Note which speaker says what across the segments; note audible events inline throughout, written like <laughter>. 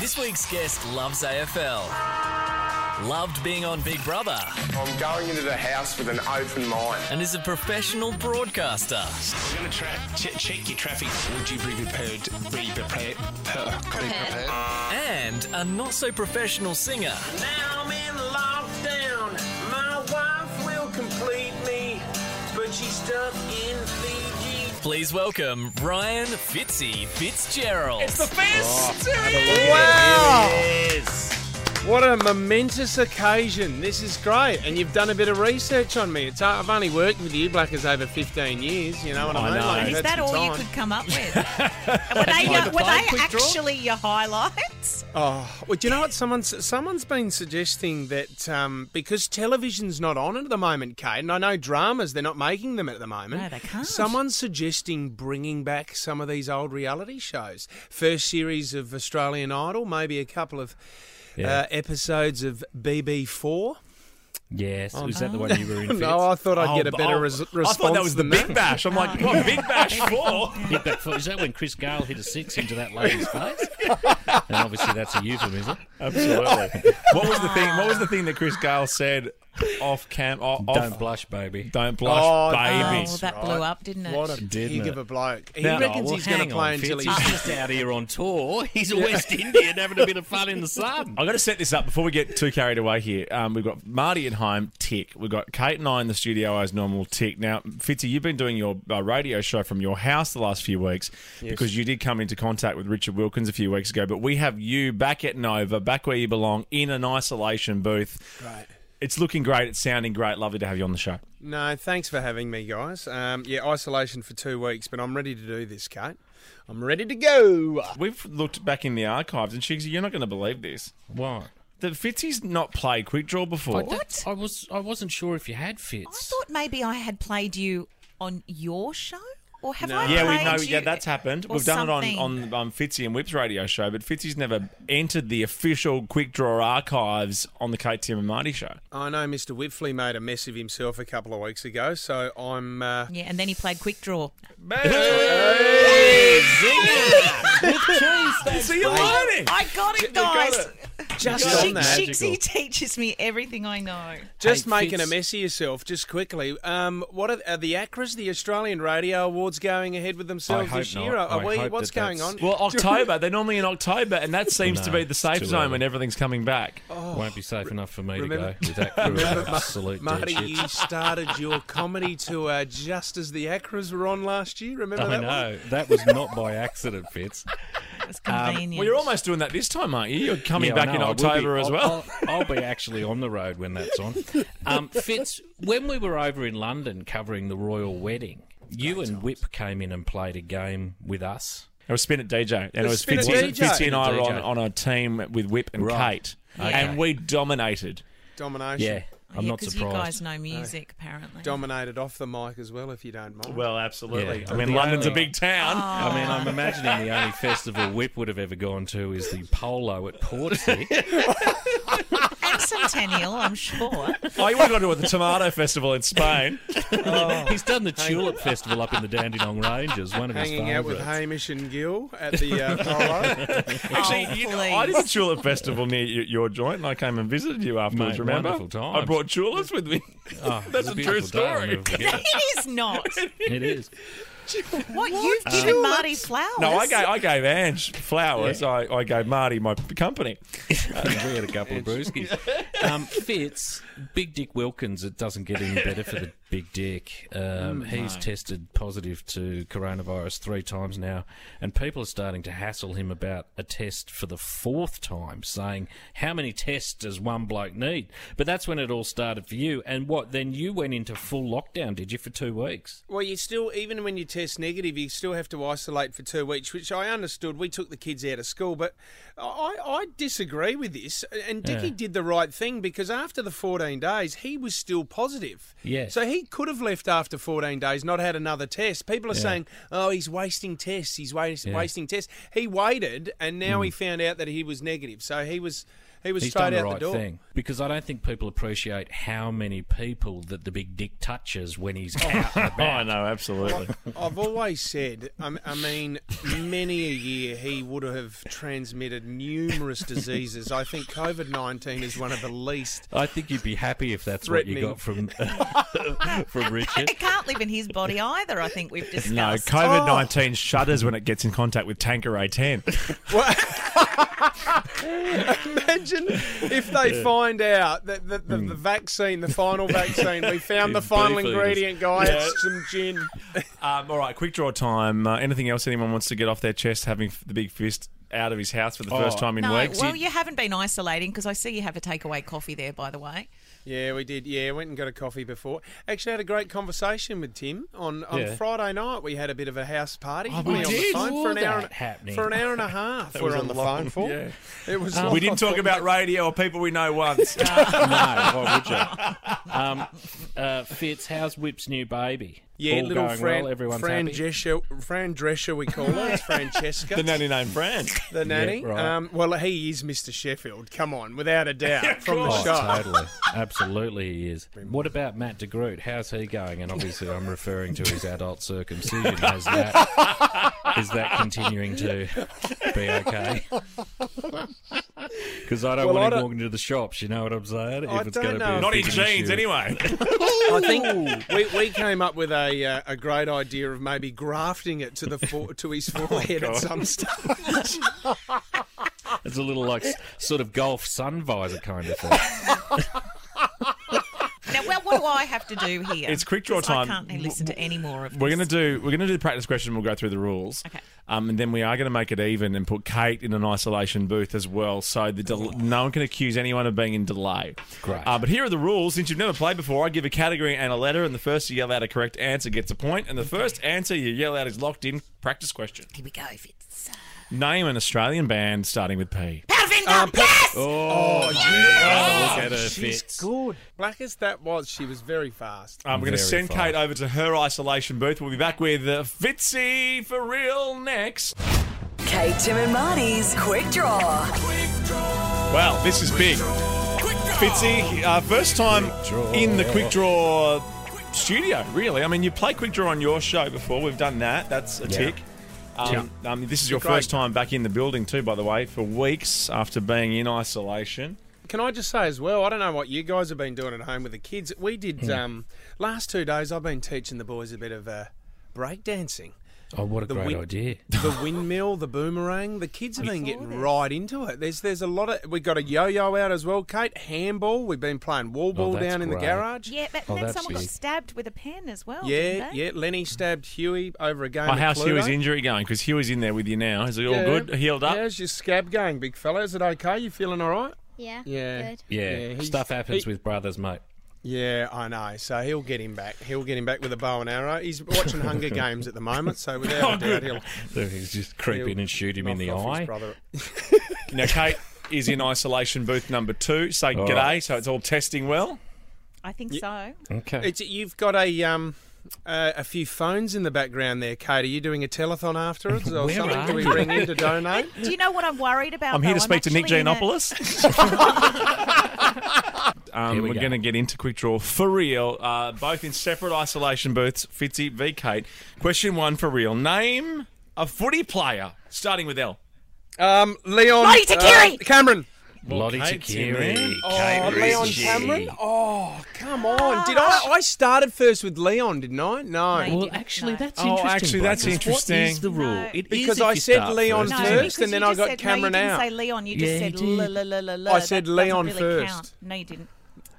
Speaker 1: This week's guest loves AFL. Loved being on Big Brother
Speaker 2: I'm going into the house with an open mind.
Speaker 1: and is a professional broadcaster.
Speaker 3: We're going to tra- ch- check your traffic. Would you be prepared? Be prepared. Per-
Speaker 4: Prepared.
Speaker 1: and a not so professional singer.
Speaker 5: Now I'm in lockdown. My wife will complete me, but she's stuck in Fiji.
Speaker 1: Please welcome Ryan Fitzy Fitzgerald. It's the
Speaker 6: Oh,
Speaker 7: Wow! What a momentous occasion. This is great. And you've done a bit of research on me. It's, uh, I've only worked with you blackers over 15 years, you know what I, mean?
Speaker 1: know.
Speaker 7: Like,
Speaker 4: Is
Speaker 7: that's
Speaker 4: that
Speaker 7: the
Speaker 4: all you
Speaker 7: time.
Speaker 4: could come
Speaker 6: <laughs>
Speaker 4: up with? were they, your, were they actually your highlights?
Speaker 7: Oh, well, do you know what? Someone's, someone's been suggesting that um, because television's not on at the moment, Kate, and I know dramas, they're not making them at the moment.
Speaker 4: No, they can't.
Speaker 7: Someone's suggesting bringing back some of these old reality shows. First series of Australian Idol, maybe a couple of uh, episodes of BB4.
Speaker 8: Yes, was that the one you were <laughs> in?
Speaker 7: No, I thought I'd
Speaker 8: Oh,
Speaker 7: get a
Speaker 8: but-
Speaker 7: better
Speaker 8: oh,
Speaker 7: res-
Speaker 8: I
Speaker 7: response
Speaker 8: thought that was the
Speaker 7: than
Speaker 8: Big Bash. I'm like, what Big Bash for?
Speaker 4: Yeah.
Speaker 8: Hit that foot. Is that when Chris Gale hit a six into that lady's
Speaker 4: <laughs>
Speaker 8: face? and obviously that's a euphemism.
Speaker 6: Absolutely. what was the thing? What was the thing that Chris Gale said off cam? Off,
Speaker 8: Don't blush, baby.
Speaker 6: oh, Don't blush,
Speaker 7: Oh,
Speaker 6: baby.
Speaker 4: Oh, that blew up, didn't it?
Speaker 7: What a
Speaker 8: Didn't
Speaker 7: <laughs> pig
Speaker 8: it?
Speaker 7: of a bloke. He
Speaker 8: Now-
Speaker 7: reckons
Speaker 8: Oh, well,
Speaker 7: he's going
Speaker 8: hang
Speaker 7: to
Speaker 8: on,
Speaker 7: play until
Speaker 8: Fitz.
Speaker 7: he's.
Speaker 8: He's just out here on tour. <laughs> He's a West Indian having a bit of fun in the sun.
Speaker 6: i am going to set this up before we get too carried away here. Um, we've got Marty at home, tick. We've got Kate and I in the studio as normal, tick. Now, Fitzy, you've been doing your uh, radio show from your house the last few weeks because you did come into contact with Richard Wilkins a few weeks ago. But we have you back at Nova, back where you belong, in an isolation booth.
Speaker 7: Right.
Speaker 6: It's looking great. It's sounding great. Lovely to have you on the show.
Speaker 7: No, thanks for having me, guys. Um, yeah, isolation for two weeks, but I'm ready to do this, Kate. I'm ready to go.
Speaker 6: We've looked back in the archives, and Shigsy, you're not going to believe this.
Speaker 8: What?
Speaker 6: That Fitzy's not played quick draw before.
Speaker 4: What?
Speaker 8: I was. I wasn't sure if you had fits.
Speaker 4: I thought maybe I had played you on your show, or have
Speaker 7: No.
Speaker 4: I?
Speaker 6: Yeah, we
Speaker 4: played
Speaker 6: know.
Speaker 4: You
Speaker 6: Yeah, that's happened.
Speaker 4: or
Speaker 6: We've done
Speaker 4: something.
Speaker 6: it on on um, Fitzy and Whip's radio show, but Fitzy's never entered the official quick draw archives on the Kate Tim and Marty show.
Speaker 7: I know Mr. Whitfley made a mess of himself a couple of weeks ago, so I'm. Uh,
Speaker 4: Yeah, and then he played quick draw.
Speaker 6: See you later.
Speaker 4: I got it, guys.
Speaker 7: just
Speaker 4: Shig-
Speaker 7: on that.
Speaker 4: Shigsy teaches me everything I know.
Speaker 7: Just
Speaker 8: Hey,
Speaker 7: making a
Speaker 8: Fitz.
Speaker 7: mess of yourself, just quickly. Um, what are, are the ACRAs, the Australian Radio Awards, going ahead with themselves
Speaker 6: hope
Speaker 7: this year?
Speaker 6: not.
Speaker 7: Are
Speaker 6: I
Speaker 7: we,
Speaker 6: hope
Speaker 7: what's
Speaker 6: that
Speaker 7: going
Speaker 6: that's-
Speaker 7: on?
Speaker 6: Well, October. They're normally in October, and that seems to
Speaker 8: No,
Speaker 6: be the
Speaker 8: it's
Speaker 6: safe
Speaker 8: too
Speaker 6: zone
Speaker 8: early.
Speaker 6: when everything's coming back.
Speaker 8: Won't be
Speaker 4: Oh,
Speaker 8: safe enough for me
Speaker 7: Remember-
Speaker 8: to go with that crew of absolute
Speaker 7: <laughs> Marty,
Speaker 8: dead shits.
Speaker 7: you started your comedy tour just as the ACRAs were on last year. Remember
Speaker 8: I
Speaker 7: that
Speaker 4: <laughs>
Speaker 7: one?
Speaker 8: know that was not by accident, Fitz.
Speaker 4: It
Speaker 6: <laughs>
Speaker 4: was convenient.
Speaker 6: Um, Well, you're almost doing that this time, aren't you? You're coming
Speaker 8: Yeah, I
Speaker 6: back
Speaker 8: know,
Speaker 6: in
Speaker 8: I will be-
Speaker 6: October as
Speaker 8: I'll-
Speaker 6: well.
Speaker 8: I'll, I'll be actually on the road when that's on. <laughs> Um, Fitz, when we were over in London covering the royal wedding, you and Whip came in and played a game with us.
Speaker 6: It was Spin at DJ, and it was
Speaker 7: Spin It
Speaker 6: Fitzy,
Speaker 7: DJ.
Speaker 6: Fitzy and I were on,
Speaker 8: DJ.
Speaker 6: on a team with Whip and
Speaker 8: Right.
Speaker 6: Kate,
Speaker 8: Okay.
Speaker 6: and we dominated.
Speaker 7: Domination.
Speaker 8: Yeah, I'm
Speaker 4: Oh, yeah,
Speaker 8: not
Speaker 4: because
Speaker 8: surprised.
Speaker 4: you guys know music, apparently.
Speaker 7: Dominated off the mic as well, if you don't mind.
Speaker 6: Well, absolutely.
Speaker 8: Yeah.
Speaker 6: I mean,
Speaker 8: The
Speaker 6: London's a
Speaker 8: only-
Speaker 6: big town.
Speaker 8: I mean, I'm imagining the only festival Whip would have ever gone to is the polo at <laughs> Portsea.
Speaker 4: and Centennial, I'm sure.
Speaker 6: Oh, you would have gone to the Tomato Festival
Speaker 8: <laughs>
Speaker 6: in Spain.
Speaker 8: He's done the Tulip Festival up in the Dandenong Ranges, one of his
Speaker 7: Hanging out with
Speaker 8: favourites.
Speaker 7: Hamish and Gill at
Speaker 8: <laughs>
Speaker 7: the uh, Polo.
Speaker 6: <laughs> Actually,
Speaker 4: Oh,
Speaker 6: you know, I did
Speaker 4: please.
Speaker 6: a tulip festival near your, your joint, and I came and visited you afterwards.
Speaker 8: Mate,
Speaker 6: remember?
Speaker 8: wonderful times.
Speaker 6: I brought tulips with me.
Speaker 8: Oh, it was
Speaker 6: <laughs> That's a true
Speaker 8: beautiful day, I'll
Speaker 6: story.
Speaker 8: never
Speaker 4: <laughs>
Speaker 8: forget it.
Speaker 4: it is not.
Speaker 8: <laughs> It is.
Speaker 4: What, you've given Marty flowers?
Speaker 6: No, I gave I gave Ange flowers. I, I gave Marty my company.
Speaker 8: we had a couple of
Speaker 7: <laughs>
Speaker 8: brewskis. Um, Fitz, Big Dick Wilkins, it doesn't get any better for the Big Dick. Um,
Speaker 7: Mm,
Speaker 8: he's tested positive to coronavirus three times now, and people are starting to hassle him about a test for the fourth time, saying, How many tests does one bloke need? But that's when it all started for you. And what, then you went into full lockdown, did you, for two weeks?
Speaker 7: well, you still, even when you test negative, you still have to isolate for two weeks, which I understood. We took the kids out of school, but I, I disagree with this. And Dickie did the right thing because after the 14 days, he was still positive.
Speaker 8: Yeah.
Speaker 7: So he could have left after 14 days, not had another test. People are saying, oh, he's wasting tests. He's wa- wasting tests. He waited, and now he found out that he was negative. So he was. He
Speaker 8: Mm.
Speaker 7: was
Speaker 8: he's
Speaker 7: straight
Speaker 8: done the
Speaker 7: out the
Speaker 8: right
Speaker 7: door.
Speaker 8: thing because I don't think people appreciate how many people that the big dick touches when he's out. and
Speaker 6: Oh,
Speaker 8: about.
Speaker 6: I
Speaker 4: <laughs>
Speaker 6: know, absolutely.
Speaker 7: I've always said, um, I, I mean, many a year he would have transmitted numerous diseases. I think COVID 19 is one of the least. <laughs>
Speaker 8: I think you'd be happy if that's what you
Speaker 7: Threatening.
Speaker 8: got from <laughs> from Richard.
Speaker 4: It can't live in his body either. I think we've discussed. Oh,
Speaker 6: No, COVID 19 shudders when it gets in contact with
Speaker 4: <laughs>
Speaker 6: Tanker 10
Speaker 7: What- Imagine if they find out that the, the, the vaccine, the final vaccine, we found the
Speaker 8: Beef
Speaker 7: final
Speaker 8: eaters.
Speaker 7: ingredient, guys, some gin.
Speaker 6: Um, all right, quick draw time. Uh, anything else anyone wants to get off their chest having f- the big fist out of his house for the first time in
Speaker 4: Oh. No,
Speaker 6: weeks?
Speaker 4: well, you haven't been isolating because I see you have a takeaway coffee there, by the way.
Speaker 7: Yeah, we did. Yeah, went and got a coffee before. Actually, had a great conversation with Tim on, on
Speaker 6: Yeah.
Speaker 7: Friday night. We had a bit of a house party. didn't
Speaker 8: we
Speaker 7: on the
Speaker 8: did.
Speaker 7: phone for an
Speaker 8: Saw
Speaker 7: hour
Speaker 8: that
Speaker 7: and,
Speaker 8: happening.
Speaker 7: for an hour and a half. we
Speaker 6: was
Speaker 7: were
Speaker 6: a
Speaker 7: on the
Speaker 6: long-
Speaker 7: phone for.
Speaker 6: yeah.
Speaker 7: It was.
Speaker 6: Um, we
Speaker 4: <laughs>
Speaker 6: didn't talk about radio or people we know once.
Speaker 8: no, why would you? Um, uh, Fitz, how's Whip's new baby?
Speaker 7: Yeah,
Speaker 8: All
Speaker 7: little
Speaker 8: going
Speaker 7: Fran,
Speaker 8: well. Everyone's
Speaker 7: Fran,
Speaker 8: happy.
Speaker 7: Drescher, Fran Drescher, we call her. It's Francesca.
Speaker 6: the 99 brand.
Speaker 7: the nanny.
Speaker 8: right.
Speaker 7: um, well, he is Mr. Sheffield. Come on, without a doubt, from the
Speaker 8: Oh,
Speaker 7: shot. <laughs>
Speaker 8: totally, absolutely, he is. What about Matt de Groot? How's he going? And obviously, I'm referring to his adult circumcision. How's that? Is that continuing to be okay?
Speaker 7: <laughs>
Speaker 8: Because I don't
Speaker 7: Well, I
Speaker 8: want him
Speaker 7: don't-
Speaker 8: walking to the shops. You know what I'm saying?
Speaker 7: I
Speaker 8: if it's gonna
Speaker 7: don't know.
Speaker 8: Be a
Speaker 6: Not in
Speaker 8: big
Speaker 6: jeans,
Speaker 8: issue.
Speaker 6: anyway.
Speaker 7: I think we, we came up with a uh, a great idea of maybe grafting it to the fore, to his forehead at some stage.
Speaker 8: It's a little like s- sort of golf sun visor kind of
Speaker 7: <laughs>
Speaker 8: thing.
Speaker 4: Now, well, what do I have to do here?
Speaker 6: It's quick draw
Speaker 4: 'Cause I
Speaker 6: time.
Speaker 4: can't listen to any more of
Speaker 6: We're
Speaker 4: this.
Speaker 6: gonna do we're gonna do the practice question. We'll go through the rules.
Speaker 4: Okay.
Speaker 6: Um, and then we are gonna make it even and put Kate in an isolation booth as well, so the del- no one can accuse anyone of being in delay.
Speaker 8: Great.
Speaker 6: Uh, but here are the rules. Since you've never played before, I give a category and a letter, and the first to yell out a correct answer gets a point, and the first answer you yell out is locked in. Practice question.
Speaker 4: Here we go, uh, Fitz.
Speaker 6: Name an Australian band starting with P.
Speaker 4: Powderfinger!
Speaker 6: uh,
Speaker 4: yes!
Speaker 8: Look at her, Fitz.
Speaker 7: Good. Black as that was, she was very fast.
Speaker 6: Um, we're going to
Speaker 8: Very
Speaker 6: send
Speaker 8: fast.
Speaker 6: Kate over to her isolation booth. We'll be back with uh, Fitzy for real next.
Speaker 9: Kate, Tim, and Marty's Quick Draw.
Speaker 6: Wow, this is big. Fitzy, uh, first time in the Quick Draw studio, really. I mean, you play Quick Draw on your show before. We've done that. That's a tick. Um, um, this is your
Speaker 7: Great.
Speaker 6: first time back in the building, too, by the way, for weeks after being in isolation.
Speaker 7: Can I just say as well? I don't know what you guys have been doing at home with the kids. We did um, last two days. I've been teaching the boys a bit of uh, break dancing.
Speaker 8: Oh, what a
Speaker 7: The
Speaker 8: great
Speaker 7: win-
Speaker 8: idea.
Speaker 7: The windmill, the boomerang. The kids have been getting right into it. There's there's a lot of. We got a yo-yo out as well, Kate. Handball. We've been playing
Speaker 6: Oh,
Speaker 7: wall ball
Speaker 8: that's
Speaker 7: down in
Speaker 8: great.
Speaker 7: the garage.
Speaker 4: Yeah, but
Speaker 8: Oh,
Speaker 4: then
Speaker 8: that's
Speaker 4: someone got
Speaker 8: big.
Speaker 4: stabbed with a pen as well.
Speaker 7: Yeah,
Speaker 4: didn't they?
Speaker 7: yeah. Lenny stabbed Huey over a game.
Speaker 6: Oh,
Speaker 7: of
Speaker 6: how's
Speaker 7: Cluedo.
Speaker 6: Huey's injury going? Because Huey's in there with you now. Is it all
Speaker 7: Yeah.
Speaker 6: good? Healed up?
Speaker 7: How's your scab going, big fella? Is it okay? You feeling all right?
Speaker 10: Yeah.
Speaker 7: Yeah.
Speaker 10: Good.
Speaker 8: Yeah,
Speaker 7: he's-
Speaker 8: stuff happens
Speaker 7: he-
Speaker 8: with brothers, mate. <laughs>
Speaker 7: Yeah, I know. So he'll get him back. He'll get him back with a bow and arrow. He's watching Hunger Games at the moment, so without a doubt he'll
Speaker 8: He's just creep
Speaker 7: He'll
Speaker 8: in and shoot him in
Speaker 7: knock
Speaker 8: the
Speaker 7: off his
Speaker 8: eye.
Speaker 7: brother.
Speaker 6: Now, Kate is in isolation booth number two. Say
Speaker 8: All
Speaker 6: g'day,
Speaker 8: right.
Speaker 6: so it's all testing well.
Speaker 4: I think so.
Speaker 8: Okay.
Speaker 7: It's, you've got a um uh, a few phones in the background there, Kate. Are you doing a telethon afterwards or <laughs>
Speaker 8: Where
Speaker 7: something?
Speaker 8: are
Speaker 7: Do we
Speaker 8: you?
Speaker 7: bring in to donate?
Speaker 4: Do you know what I'm worried about?
Speaker 6: I'm here to
Speaker 4: though?
Speaker 6: speak to Nick
Speaker 4: actually in a-
Speaker 6: Giannopoulos.
Speaker 4: <laughs>
Speaker 6: <laughs> um,
Speaker 8: Here we
Speaker 6: we are
Speaker 8: go.
Speaker 6: going to get into quick draw for real, uh, both in separate isolation booths. Fitzy v Kate. Question one for real. Name a footy player starting with L.
Speaker 7: <laughs> Um, Leon.
Speaker 4: Lottie Takiri!
Speaker 7: uh, Cameron.
Speaker 8: Lottie
Speaker 6: Kate
Speaker 8: Takiri.
Speaker 6: Timmy.
Speaker 7: Oh, Leon Cameron. Oh, come
Speaker 4: Ah.
Speaker 7: on! Did I? I started first with Leon, didn't
Speaker 4: No,
Speaker 7: I? No.
Speaker 4: you
Speaker 8: Well,
Speaker 4: didn't,
Speaker 8: <laughs> actually,
Speaker 4: no.
Speaker 8: that's
Speaker 6: Oh,
Speaker 8: interesting.
Speaker 6: actually, that's
Speaker 8: Blakers. What is the
Speaker 6: interesting.
Speaker 8: rule?
Speaker 4: No.
Speaker 8: It is
Speaker 7: Because
Speaker 8: if
Speaker 7: I
Speaker 8: you
Speaker 7: said
Speaker 8: start
Speaker 7: Leon
Speaker 4: No,
Speaker 8: first.
Speaker 7: first,
Speaker 4: because
Speaker 7: and then
Speaker 4: you
Speaker 7: I
Speaker 4: just
Speaker 7: got
Speaker 4: said,
Speaker 7: Cameron
Speaker 4: no, you didn't
Speaker 7: out.
Speaker 4: say Leon. You
Speaker 8: Yeah,
Speaker 4: just said
Speaker 8: you
Speaker 4: la,
Speaker 8: did.
Speaker 4: la, la, la, la.
Speaker 7: I
Speaker 4: That
Speaker 7: said
Speaker 4: doesn't
Speaker 7: Leon
Speaker 4: really
Speaker 7: first.
Speaker 4: Count. No, you didn't.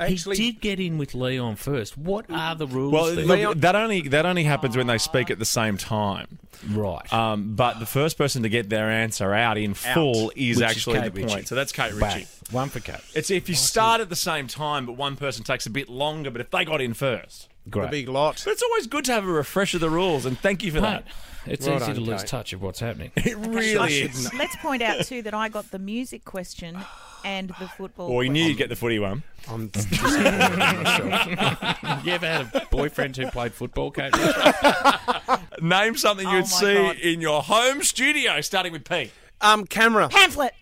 Speaker 7: Actually,
Speaker 8: he did get in with Leon first. What are the rules?
Speaker 6: Well,
Speaker 8: there?
Speaker 6: look, that only that only happens when they speak at the same time.
Speaker 8: right.
Speaker 6: Um, but the first person to get their answer out in full is
Speaker 8: Which is
Speaker 6: actually
Speaker 8: Kate
Speaker 6: the point.
Speaker 8: Ritchie.
Speaker 6: So that's Kate
Speaker 8: Bang.
Speaker 6: Ritchie.
Speaker 8: One for Kate.
Speaker 6: It's if you start at the same time, but one person takes a bit longer. But if they got in first,
Speaker 7: the
Speaker 8: Great.
Speaker 7: big lot.
Speaker 6: but it's always good to have a refresher of the rules. And thank you for
Speaker 8: Mate,
Speaker 6: that.
Speaker 8: it's
Speaker 7: Well
Speaker 8: easy
Speaker 7: done,
Speaker 8: to lose
Speaker 7: Kate.
Speaker 8: touch of what's happening.
Speaker 6: <laughs> It really
Speaker 4: <laughs>
Speaker 6: is.
Speaker 4: Let's point out too that I got the music question and the football.
Speaker 6: Or you
Speaker 4: question.
Speaker 6: knew you'd get the footy one.
Speaker 7: <laughs> I'm
Speaker 8: <laughs> you ever had a boyfriend who played football, Kate? <laughs>
Speaker 6: Name something
Speaker 4: Oh
Speaker 6: you'd
Speaker 4: my
Speaker 6: see
Speaker 4: God.
Speaker 6: in your home studio, starting with P.
Speaker 7: um, camera.
Speaker 4: pamphlet.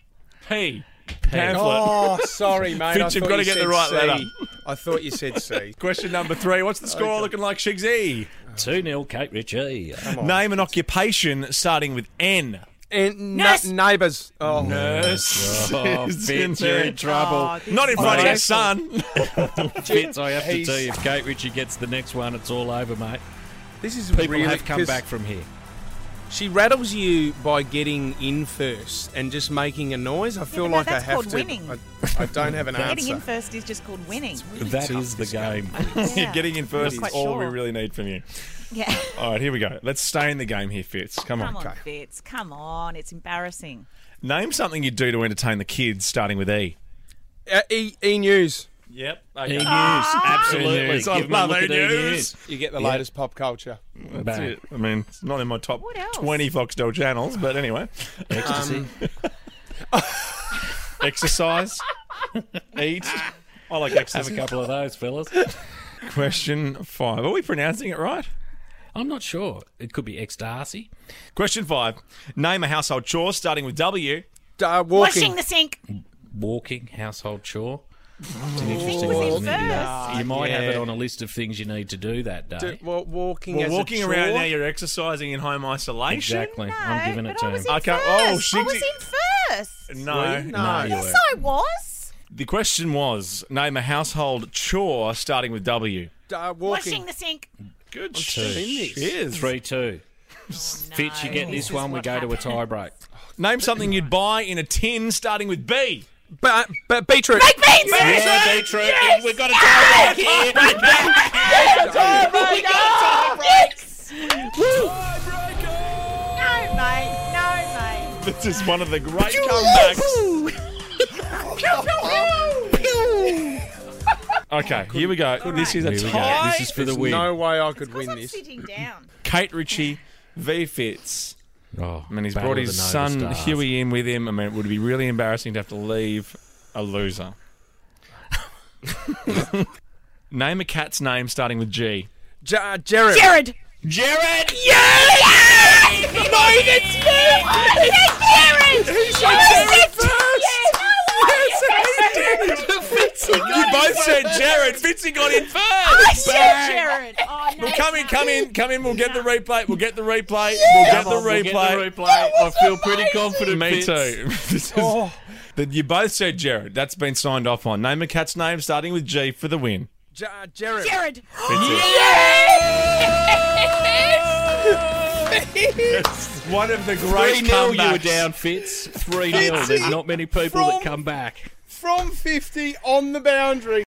Speaker 6: P. pamphlet.
Speaker 7: Oh, <laughs> sorry, mate. I
Speaker 6: Fitch, you've
Speaker 7: thought
Speaker 6: got to
Speaker 7: you
Speaker 6: get the
Speaker 7: said
Speaker 6: right
Speaker 7: C.
Speaker 6: letter.
Speaker 7: I thought you said <laughs> C.
Speaker 6: Question number three. What's the score looking like, Shigsy?
Speaker 8: 2 0 Kate Ritchie.
Speaker 6: Name an occupation starting with N.
Speaker 7: And
Speaker 4: Nurse.
Speaker 7: neighbours.
Speaker 6: <laughs>
Speaker 7: Oh,
Speaker 6: Nurse.
Speaker 8: Oh,
Speaker 6: It's in
Speaker 8: Fitz, you're
Speaker 6: there.
Speaker 8: in trouble.
Speaker 4: Oh, this
Speaker 6: Not in
Speaker 4: is
Speaker 6: front of your
Speaker 4: awful.
Speaker 6: son.
Speaker 8: Fitz, I have to
Speaker 7: He's-
Speaker 8: tell you, if Kate Ritchie gets the next one, it's all over, mate.
Speaker 7: this is
Speaker 8: People
Speaker 7: really
Speaker 8: have come
Speaker 7: 'cause
Speaker 8: back from here.
Speaker 7: She rattles you by getting in first and just making a noise. I feel
Speaker 4: but no,
Speaker 7: like I
Speaker 4: that's
Speaker 7: have
Speaker 4: called
Speaker 7: to.
Speaker 4: winning.
Speaker 7: I, I don't have
Speaker 4: <laughs>
Speaker 7: an
Speaker 4: Getting in
Speaker 7: answer.
Speaker 4: first is just called winning.
Speaker 8: That is the game.
Speaker 6: <laughs>
Speaker 4: Yeah.
Speaker 6: Getting in first is
Speaker 4: Not quite
Speaker 6: all we
Speaker 4: sure.
Speaker 6: really need from you.
Speaker 4: Yeah.
Speaker 6: All right, here we go. Let's stay in the game here, Fitz. Come on.
Speaker 4: Come on, Fitz. Come on. It's embarrassing.
Speaker 6: Name something you do to entertain the kids starting with E.
Speaker 7: Uh, e, e News.
Speaker 6: Yep.
Speaker 8: E News,
Speaker 7: Ah!
Speaker 8: absolutely.
Speaker 6: E-news. I
Speaker 8: Give 'em a
Speaker 6: love
Speaker 8: look at
Speaker 6: E-news.
Speaker 7: You get the
Speaker 8: Yeah.
Speaker 7: latest pop culture.
Speaker 8: E-news.
Speaker 6: That's
Speaker 8: Bang.
Speaker 6: it. I mean, it's not in my top
Speaker 4: What else?
Speaker 6: 20 Foxtel channels, but anyway.
Speaker 8: Ecstasy.
Speaker 7: Um,
Speaker 6: Exercise, eat. I like exercise.
Speaker 8: have a couple of those,
Speaker 7: <laughs>
Speaker 8: fellas.
Speaker 6: Question five. Are we pronouncing it right?
Speaker 8: I'm not sure. It could be ecstasy.
Speaker 6: Question five. Name a household chore starting with W.
Speaker 7: D- Uh,
Speaker 4: Washing
Speaker 7: walking.
Speaker 4: the sink.
Speaker 8: Walking, household chore. It's an interesting
Speaker 4: was in
Speaker 8: one. isn't it?
Speaker 4: first.
Speaker 8: You might have
Speaker 7: yeah.
Speaker 8: it on a list of things you need to do that day.
Speaker 7: D- well, walking
Speaker 6: Well,
Speaker 7: as a
Speaker 6: walking around
Speaker 7: chore.
Speaker 6: now, you're exercising in home isolation.
Speaker 8: exactly.
Speaker 4: No,
Speaker 8: I'm giving it
Speaker 4: but
Speaker 8: to
Speaker 4: I was
Speaker 8: him.
Speaker 4: in
Speaker 6: Okay.
Speaker 4: first.
Speaker 6: Oh,
Speaker 4: I was
Speaker 6: Shigsy.
Speaker 4: in first.
Speaker 6: No,
Speaker 7: No.
Speaker 6: no.
Speaker 8: you
Speaker 4: Yes,
Speaker 8: weren't.
Speaker 4: I was.
Speaker 6: The question was name a household chore starting with W.
Speaker 7: D- uh, walking.
Speaker 4: Washing the sink.
Speaker 6: Good
Speaker 8: two.
Speaker 6: Cheers.
Speaker 8: Three two. Fitch, you get
Speaker 4: No,
Speaker 8: this
Speaker 4: is
Speaker 8: one. We
Speaker 4: what
Speaker 8: go to a
Speaker 4: happened.
Speaker 8: tie break.
Speaker 6: Name something you'd buy in a tin starting with B.
Speaker 7: but, but beetroot.
Speaker 4: Baked beans.
Speaker 8: Yeah, Detroit, we've got a tie break here.
Speaker 4: Oh Yes! No, mate. No, mate.
Speaker 6: This is one of the great comebacks. <laughs> Okay, here we go. This is a
Speaker 8: Here we go.
Speaker 6: tie.
Speaker 8: This is for the win.
Speaker 7: No way I could win
Speaker 4: I'm
Speaker 7: this.
Speaker 4: sitting <laughs> down.
Speaker 6: Kate Ritchie v Fitz.
Speaker 8: Oh,
Speaker 6: I mean, he's
Speaker 8: Battle
Speaker 6: brought
Speaker 8: of the
Speaker 6: his
Speaker 8: Nova
Speaker 6: son
Speaker 8: Stars.
Speaker 6: Huey in with him. I mean, it would be really embarrassing to have to leave a <laughs> loser. Name a cat's name starting with G.
Speaker 7: J- uh, Jared.
Speaker 4: Jared.
Speaker 6: Jared!
Speaker 4: Yes! Mate, it's me! Yes, Jared! Yes, Yes!
Speaker 6: You both said Jared. Fitzy got in
Speaker 4: I
Speaker 6: first.
Speaker 4: said Jared. Oh, no.
Speaker 6: Come in, come in, come in. We'll get the replay. We'll get the replay. We'll, get, the
Speaker 8: Come on, we'll
Speaker 6: replay.
Speaker 8: get the replay. I feel pretty confident.
Speaker 6: Me
Speaker 8: Fitz.
Speaker 6: too. <laughs> This is- That you both said Jared. That's been signed off on. Name a cat's name starting with G for the win.
Speaker 7: J- uh, Jared.
Speaker 4: Jared.
Speaker 6: One of the
Speaker 8: Three
Speaker 6: great
Speaker 8: nil. You were
Speaker 6: comebacks.
Speaker 8: down, Fitz. Three nil. There's not many people that come back.
Speaker 7: From 50 on the boundary.